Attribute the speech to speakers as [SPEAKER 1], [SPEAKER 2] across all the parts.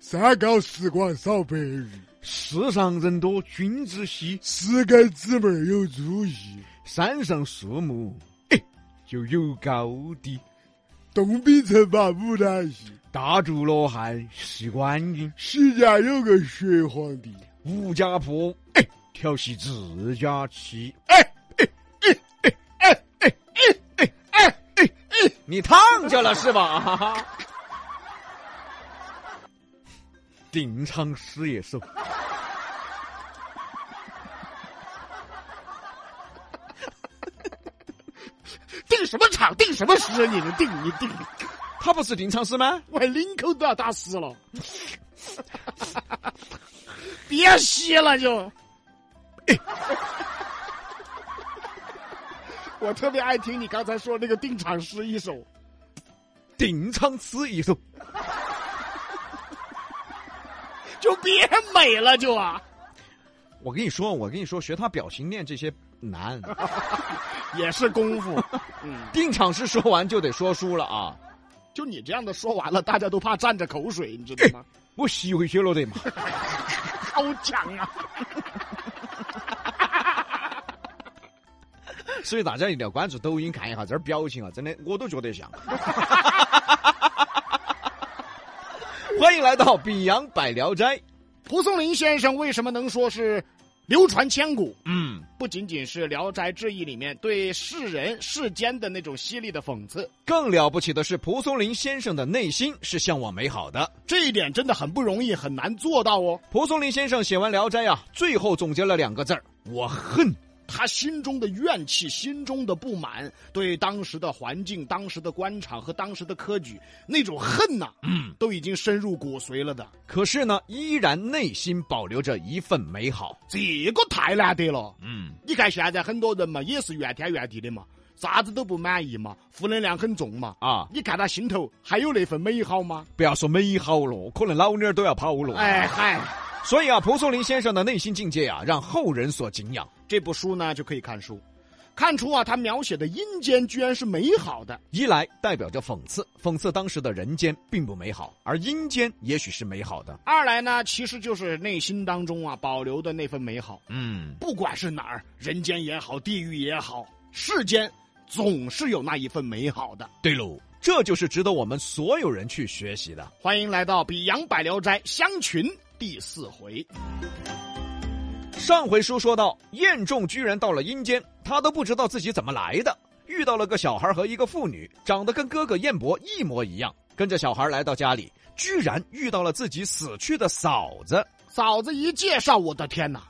[SPEAKER 1] 三高时光少白日，
[SPEAKER 2] 世上人多君子稀，
[SPEAKER 1] 十根姊妹有注意。
[SPEAKER 2] 山上树木哎就有高低，
[SPEAKER 1] 东北城把武南戏，
[SPEAKER 2] 大竹罗汉是官军，
[SPEAKER 1] 西家有个学皇帝，
[SPEAKER 2] 吴家坡哎调戏自家妻。
[SPEAKER 1] 哎哎
[SPEAKER 2] 哎你烫着了是吧？ 顶苍狮野兽，
[SPEAKER 1] 定什么场定什么诗，你能定一定？
[SPEAKER 2] 他不是顶苍狮吗？
[SPEAKER 1] 我领口都要打湿 了，别吸了就。我特别爱听你刚才说那个定场诗一首，
[SPEAKER 2] 顶苍狮野兽，
[SPEAKER 1] 就别美了就啊，
[SPEAKER 2] 我跟你说，我跟你说，学他表情练这些难。
[SPEAKER 1] 也是功夫。嗯，
[SPEAKER 2] 定场诗说完就得说书了啊！
[SPEAKER 1] 就你这样的说完了，大家都怕蘸着口水，你知道吗？
[SPEAKER 2] 我吸回去了的嘛。
[SPEAKER 1] 好强啊！
[SPEAKER 2] 所以大家一定要关注抖音看一下这儿表情啊，真的我都觉得像。 欢迎来到比洋百聊斋。
[SPEAKER 1] 蒲松龄先生为什么能说是流传千古？
[SPEAKER 2] 嗯，
[SPEAKER 1] 不仅仅是《聊斋志异》里面对世人世间的那种犀利的讽刺，
[SPEAKER 2] 更了不起的是，蒲松龄先生的内心是向往美好的。
[SPEAKER 1] 这一点真的很不容易，很难做到哦。
[SPEAKER 2] 蒲松龄先生写完《聊斋》啊，最后总结了两个字儿：我恨。
[SPEAKER 1] 他心中的怨气、心中的不满，对当时的环境、当时的官场和当时的科举那种恨呐、嗯，都已经深入骨髓了的。
[SPEAKER 2] 可是呢，依然内心保留着一份美好。
[SPEAKER 1] 这个太难得了。
[SPEAKER 2] 嗯，
[SPEAKER 1] 你看现在很多人嘛，也是怨天怨地的嘛，啥子都不满意嘛，负能量很重嘛。
[SPEAKER 2] 啊，
[SPEAKER 1] 你看他心头还有那份美好吗？
[SPEAKER 2] 不要说美好了，可能老妞儿都要跑了。
[SPEAKER 1] 哎嗨，
[SPEAKER 2] 所以啊，蒲松龄先生的内心境界啊，让后人所敬仰。
[SPEAKER 1] 这部书呢就可以看书，看出啊，他描写的阴间居然是美好的。
[SPEAKER 2] 一来代表着讽刺，讽刺当时的人间并不美好，而阴间也许是美好的。
[SPEAKER 1] 二来呢，其实就是内心当中啊保留的那份美好，
[SPEAKER 2] 嗯，
[SPEAKER 1] 不管是哪儿，人间也好，地狱也好，世间总是有那一份美好的。
[SPEAKER 2] 对喽，这就是值得我们所有人去学习的。
[SPEAKER 1] 欢迎来到《比洋百聊斋》香群第四回。
[SPEAKER 2] 上回书说到，燕仲居然到了阴间，他都不知道自己怎么来的，遇到了个小孩和一个妇女，长得跟哥哥燕伯一模一样。跟着小孩来到家里，居然遇到了自己死去的嫂子。
[SPEAKER 1] 嫂子一介绍，我的天哪，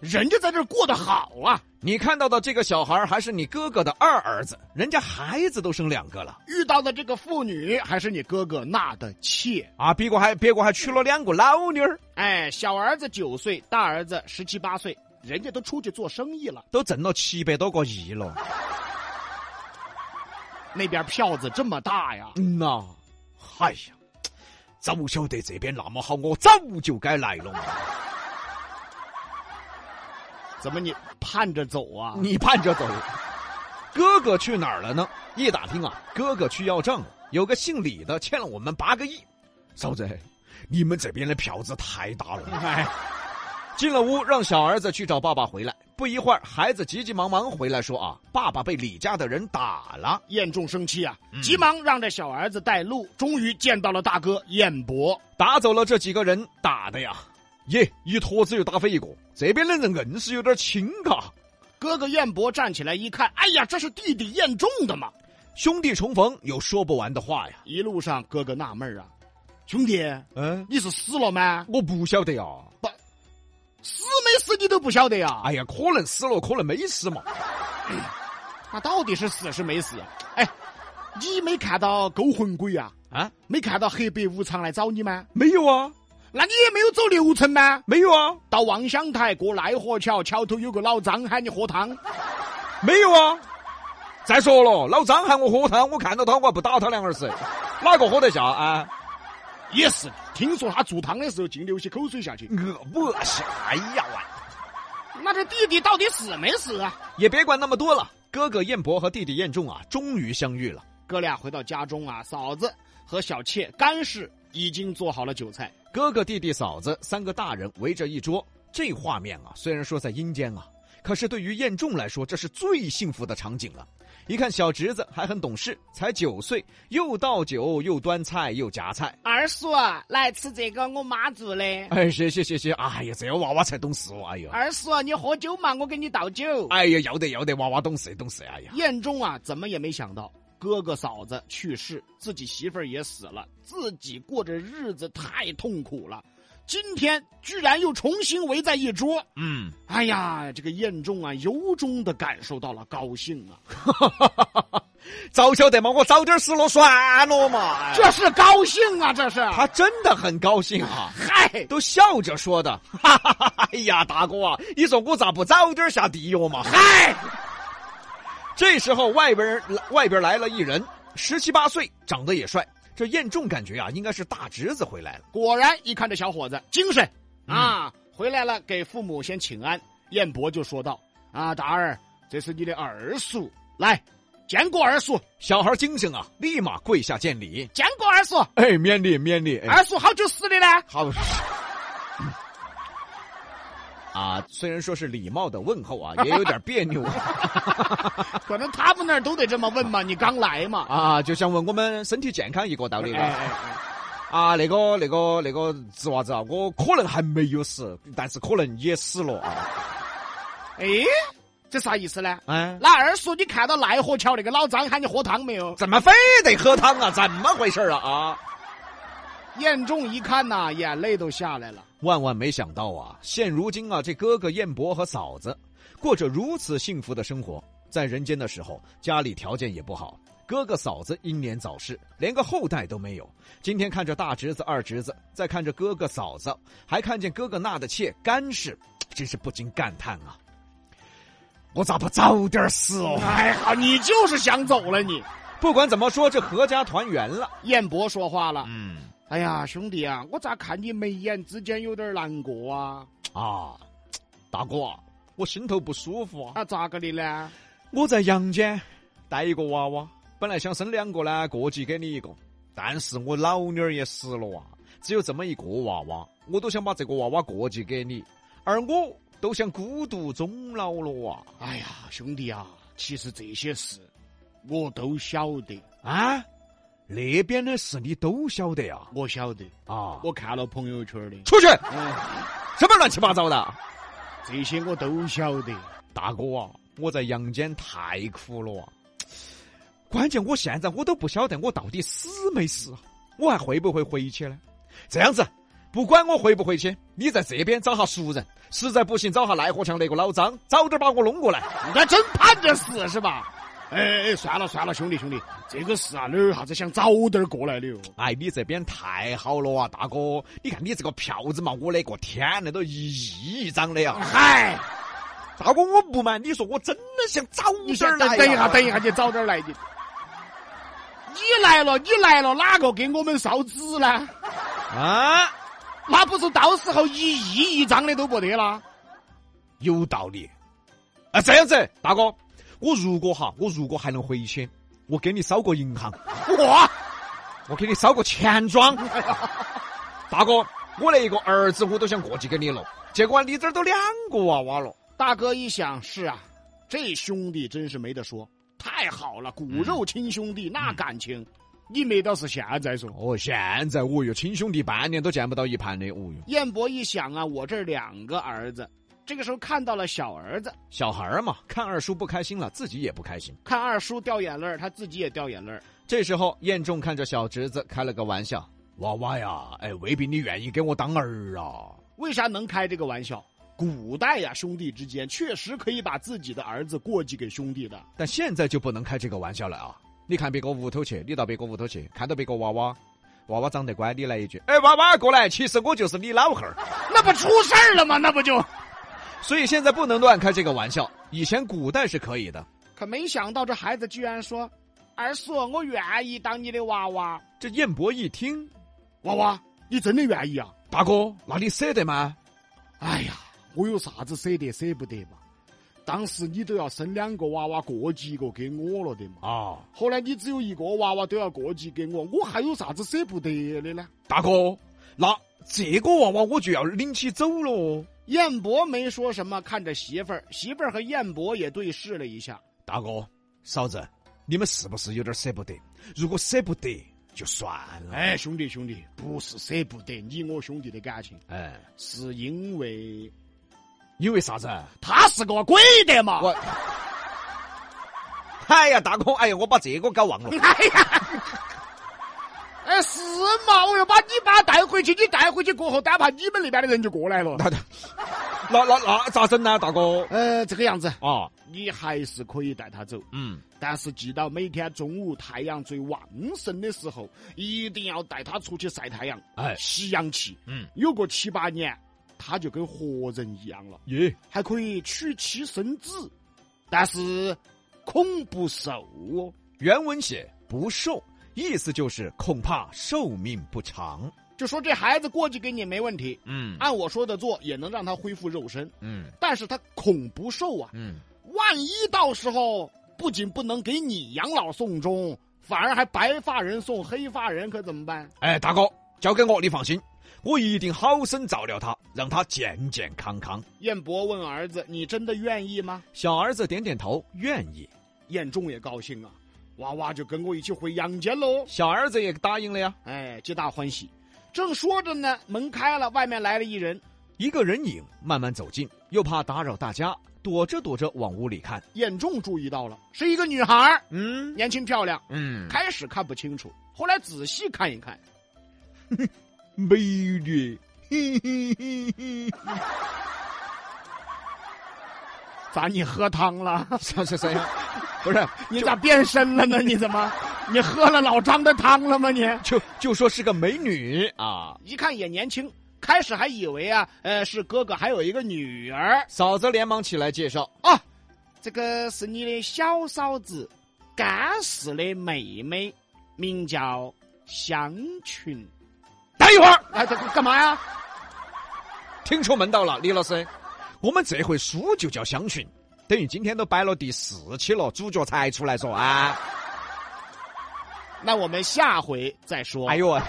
[SPEAKER 1] 人家在这儿过得好啊！
[SPEAKER 2] 你看到的这个小孩还是你哥哥的二儿子，人家孩子都生两个了
[SPEAKER 1] 遇到的这个妇女还是你哥哥纳的妾。
[SPEAKER 2] 啊！别个还别个还娶了两个老妞儿，
[SPEAKER 1] 哎，小儿子九岁，大儿子十七八岁，人家都出去做生意了。
[SPEAKER 2] 都挣了七百多个亿了。
[SPEAKER 1] 那边票子这么大呀，
[SPEAKER 2] 嗯呐，哎呀，早晓得这边那么好，我早就该来了嘛。
[SPEAKER 1] 怎么你盼着走啊？
[SPEAKER 2] 你盼着走。哥哥去哪儿了呢？一打听啊，哥哥去要账了，有个姓李的欠了我们八个亿。嫂子，你们这边的票子太大了。
[SPEAKER 1] 哎，
[SPEAKER 2] 进了屋，让小儿子去找爸爸回来。不一会儿，孩子急急忙忙回来说啊，爸爸被李家的人打了。
[SPEAKER 1] 燕仲生气啊，急忙让这小儿子带路，终于见到了大哥燕伯。
[SPEAKER 2] 打走了这几个人，打的呀，耶，一坨子又打飞一个。这边的人硬是有点轻啊。
[SPEAKER 1] 哥哥燕伯站起来一看，哎呀，这是弟弟燕仲的嘛！
[SPEAKER 2] 兄弟重逢，有说不完的话呀。
[SPEAKER 1] 一路上，哥哥纳闷儿啊，兄弟，
[SPEAKER 2] 嗯，
[SPEAKER 1] 你是死了吗？
[SPEAKER 2] 我不晓得呀。啊
[SPEAKER 1] 死没死你都不晓得呀？
[SPEAKER 2] 哎呀，可能死了，可能没死嘛。
[SPEAKER 1] 那到底是死是没死？哎，你没看到勾魂鬼啊？
[SPEAKER 2] 啊，
[SPEAKER 1] 没看到黑白无常来找你吗？
[SPEAKER 2] 没有啊，
[SPEAKER 1] 那你也没有走流程吗？
[SPEAKER 2] 没有啊，
[SPEAKER 1] 到望乡台过奈何桥，桥头有个老张喊你喝汤，
[SPEAKER 2] 没有啊。再说了，老张喊我喝汤，我看到他我还不打他两耳屎，哪个喝得下啊？
[SPEAKER 1] 也是。听说他煮汤的时候净流些口水下去。
[SPEAKER 2] 恶不恶心？哎呀喂！
[SPEAKER 1] 那这弟弟到底死没死啊？
[SPEAKER 2] 也别管那么多了。哥哥燕伯和弟弟燕仲啊，终于相遇了。
[SPEAKER 1] 哥俩回到家中啊，嫂子和小妾干氏已经做好了酒菜。
[SPEAKER 2] 哥哥、弟弟、嫂子三个大人围着一桌，这画面啊，虽然说在阴间啊，可是对于彦仲来说，这是最幸福的场景了。一看小侄子还很懂事，才九岁，又倒酒，又端菜，又夹菜。
[SPEAKER 3] 二叔啊，来吃这个我妈做的。
[SPEAKER 2] 哎，谢谢谢谢！哎呀，这个娃娃才懂事哦！哎呀，
[SPEAKER 3] 二叔啊，你喝酒嘛，我给你倒酒。
[SPEAKER 2] 哎呀，要得要得，娃娃懂事懂事！哎呀，
[SPEAKER 1] 彦忠啊，怎么也没想到哥哥嫂子去世，自己媳妇儿也死了，自己过着日子太痛苦了。今天居然又重新围在一桌，
[SPEAKER 2] 嗯，
[SPEAKER 1] 哎呀，这个彦仲啊，由衷的感受到了高兴啊，
[SPEAKER 2] 早晓得嘛，我早点死了算了嘛。哎
[SPEAKER 1] 这是高兴啊，这是。
[SPEAKER 2] 他真的很高兴啊，
[SPEAKER 1] 嗨，
[SPEAKER 2] 都笑着说的。 哈哈哈哈！哎呀，大哥啊，你说我咋不早点下地狱嘛？
[SPEAKER 1] 嗨，
[SPEAKER 2] 这时候外边人外边来了一人，十七八岁，长得也帅。这彦仲感觉啊，应该是大侄子回来了。
[SPEAKER 1] 果然一看这小伙子精神啊，回来了，给父母先请安。彦博就说道：“啊，达儿，这是你的二叔，来，见过二叔，
[SPEAKER 2] 小孩精神啊，立马跪下见礼。
[SPEAKER 3] 见过二叔，
[SPEAKER 2] 哎，免礼免礼。哎，
[SPEAKER 3] 二叔好久死的呢？
[SPEAKER 2] 好。 啊，虽然说是礼貌的问候啊，也有点别 扭
[SPEAKER 1] 可能他们那儿都得这么问嘛，你刚 来嘛。
[SPEAKER 2] 啊，就像问我们身体健康一个道理
[SPEAKER 1] 哎”
[SPEAKER 2] 了。
[SPEAKER 1] 哎哎
[SPEAKER 2] 啊，那个那个那个侄娃子啊，我可能还没有死，但是可能也死了啊。
[SPEAKER 1] 哎，这啥意思呢？
[SPEAKER 2] 哎，
[SPEAKER 1] 那二叔，你看到奈何桥那个老张喊你喝汤没有？
[SPEAKER 2] 怎么非得喝汤啊？怎么回事啊啊？
[SPEAKER 1] 彦仲一看呐、眼泪都下来了。
[SPEAKER 2] 万万没想到啊，现如今啊，这哥哥彦博和嫂子过着如此幸福的生活，在人间的时候，家里条件也不好，哥哥嫂子英年早逝，连个后代都没有。今天看着大侄子、二侄子，再看着哥哥嫂子，还看见哥哥纳的妾干氏，真是不禁感叹啊！我咋不早点死哦？
[SPEAKER 1] 哎呀，你就是想走了你。
[SPEAKER 2] 不管怎么说，这阖家团圆了。
[SPEAKER 1] 彦博说话了
[SPEAKER 2] 嗯，：“
[SPEAKER 1] 哎呀，兄弟啊，我咋看你眉眼之间有点难过啊？
[SPEAKER 2] 啊，大哥啊，我心头不舒服啊。
[SPEAKER 1] 啊，咋个的呢？
[SPEAKER 2] 我在阳间带一个娃娃，本来想生两个呢，各自给你一个，但是我老妞儿也死了啊，只有这么一个娃娃，我都想把这个娃娃各自给你，而我都想孤独终老了啊！
[SPEAKER 1] 哎呀，兄弟啊，其实这些事我都晓得，
[SPEAKER 2] 啊，那边的事你都晓得呀？
[SPEAKER 1] 我晓得，
[SPEAKER 2] 啊，
[SPEAKER 1] 我看了朋友圈的，
[SPEAKER 2] 出去，
[SPEAKER 1] 嗯，
[SPEAKER 2] 什么乱七八糟的，
[SPEAKER 1] 这些我都晓得。
[SPEAKER 2] 大哥啊，我在阳间太苦了啊！关键我现在我都不晓得我到底死没死啊，我还会不会回去呢？这样子，不管我回不回去，你在这边找下熟人，实在不行找下奈何桥那个老张，早点把我弄过来。
[SPEAKER 1] 你还真盼着死是吧？哎哎，算了算了，兄弟兄弟，这个事啊，哪有啥子想早点过来的哟？
[SPEAKER 2] 哎，你这边太好了啊，大哥！你看你这个票子嘛，我的个天，那都一亿一张的啊呀！
[SPEAKER 1] 嗨，
[SPEAKER 2] 大哥，啊我不瞒你说，我真的想早
[SPEAKER 1] 你
[SPEAKER 2] 点
[SPEAKER 1] 先
[SPEAKER 2] 来呀、
[SPEAKER 1] 等等一下，等一下，你早点来你。你来了，你来了，哪个给我们烧纸呢？
[SPEAKER 2] 啊！
[SPEAKER 1] 那不是到时候一亿一张的都不得了？
[SPEAKER 2] 有道理。啊，这样子，大哥，我如果哈，我如果还能回去，我给你烧个银行，
[SPEAKER 1] 哇，
[SPEAKER 2] 我给你烧个钱庄。大哥，我那一个儿子我都想过去给你了，结果你这儿都两个娃娃了。
[SPEAKER 1] 大哥一想，是啊，这兄弟真是没得说，太好了，骨肉亲兄弟，那感情，你没到是现在说。
[SPEAKER 2] 哦，现在我哟，亲兄弟半年都见不到一盘的，哦哟，
[SPEAKER 1] 彦博一想啊，我这两个儿子，这个时候看到了小儿子，
[SPEAKER 2] 小孩儿嘛，看二叔不开心了，自己也不开心。
[SPEAKER 1] 看二叔掉眼泪儿，他自己也掉眼泪儿。
[SPEAKER 2] 这时候，彦仲看着小侄子开了个玩笑：“娃娃呀，哎，未必你愿意给我当儿啊。”
[SPEAKER 1] 为啥能开这个玩笑？古代呀、兄弟之间确实可以把自己的儿子过继给兄弟的。
[SPEAKER 2] 但现在就不能开这个玩笑了啊！你看别个屋头去，你到别个屋头去，看到别个娃娃，娃娃长得乖，你来一句：“哎，娃娃过来！”其实我就是你老汉儿。
[SPEAKER 1] 那不出事儿了吗？那不就……
[SPEAKER 2] 所以现在不能乱开这个玩笑，以前古代是可以的。
[SPEAKER 1] 可没想到这孩子居然说：“二叔，我愿意当你的娃娃。
[SPEAKER 2] 这彦博一听，”
[SPEAKER 1] 娃娃，你真的愿意啊？
[SPEAKER 2] 大哥，那你舍得吗？
[SPEAKER 1] 哎呀，我有啥子舍得舍不得嘛？当时你都要生两个娃娃，各寄一个给我了的嘛。
[SPEAKER 2] 啊，
[SPEAKER 1] 后来你只有一个娃娃都要各寄给我，我还有啥子舍不得的呢？
[SPEAKER 2] 大哥，那这个娃娃我就要领起走喽。
[SPEAKER 1] 燕博没说什么，看着媳妇儿，媳妇儿和燕博也对视了一下。
[SPEAKER 2] 大哥，嫂子，你们是不是有点舍不得？如果舍不得，就算了。
[SPEAKER 1] 哎，兄弟兄弟，不是舍不得你我兄弟的感情，
[SPEAKER 2] 哎，
[SPEAKER 1] 是因为
[SPEAKER 2] 因为啥子？
[SPEAKER 1] 他是个鬼的嘛。
[SPEAKER 2] 我， 哎呀，大哥，哎呀，我把这个搞 忘了。
[SPEAKER 1] 哎呀，哎是嘛？我要把你把他带回去，你带回去过后，单怕你们那边的人就过来了。
[SPEAKER 2] 那那那那咋整啊呢，大哥？
[SPEAKER 1] 呃，这个样子，
[SPEAKER 2] 啊，
[SPEAKER 1] 你还是可以带他走，
[SPEAKER 2] 嗯，
[SPEAKER 1] 但是记到每天中午太阳最旺盛的时候，一定要带他出去晒太阳，
[SPEAKER 2] 哎
[SPEAKER 1] 吸阳气。
[SPEAKER 2] 嗯，
[SPEAKER 1] 有个七八年，他就跟活人一样了，
[SPEAKER 2] 耶，
[SPEAKER 1] 还可以娶妻生子，但是恐不寿哦。
[SPEAKER 2] 原文写不寿，意思就是恐怕寿命不长。
[SPEAKER 1] 就说这孩子过去给你没问题，
[SPEAKER 2] 嗯
[SPEAKER 1] 按我说的做，也能让他恢复肉身，
[SPEAKER 2] 嗯
[SPEAKER 1] 但是他恐不寿啊，
[SPEAKER 2] 嗯，
[SPEAKER 1] 万一到时候不仅不能给你养老送终，反而还白发人送黑发人，可怎么办？
[SPEAKER 2] 哎，大哥，交给我，你放心，我一定好生照料他，让他健健康康。
[SPEAKER 1] 燕博问儿子：“你真的愿意吗
[SPEAKER 2] 小儿子点点头，愿意。？”
[SPEAKER 1] 燕仲也高兴啊，娃娃就跟我一起回阳间喽。
[SPEAKER 2] 小儿子也答应了呀。
[SPEAKER 1] 哎，皆大欢喜。正说着呢，门开了，外面来了一人。
[SPEAKER 2] 一个人影慢慢走近，又怕打扰大家，躲着躲着往屋里看。
[SPEAKER 1] 燕仲注意到了，是一个女孩儿，
[SPEAKER 2] 嗯
[SPEAKER 1] 年轻漂亮。
[SPEAKER 2] 嗯，
[SPEAKER 1] 开始看不清楚，后来仔细看一看，
[SPEAKER 2] 美女，嘿嘿嘿嘿，
[SPEAKER 1] 咋你喝汤 了？
[SPEAKER 2] 啥啥啥呀？不是，
[SPEAKER 1] 你咋变身了呢？你怎么？你喝了老张的汤了吗？你
[SPEAKER 2] 就就说是个美女啊。
[SPEAKER 1] 一看也年轻，开始还以为啊，呃，是哥哥还有一个女儿
[SPEAKER 2] 嫂子连忙起来介绍，
[SPEAKER 1] 啊，这个是你的小嫂子，干氏的妹妹，名叫香群。
[SPEAKER 2] 等一会儿，
[SPEAKER 1] 哎，这干嘛呀？
[SPEAKER 2] 听出门道了，李老师，我们这回书就叫香群，等于今天都摆了第四期了，主角才出来说啊。
[SPEAKER 1] 那我们下回再说。
[SPEAKER 2] 哎呦喂！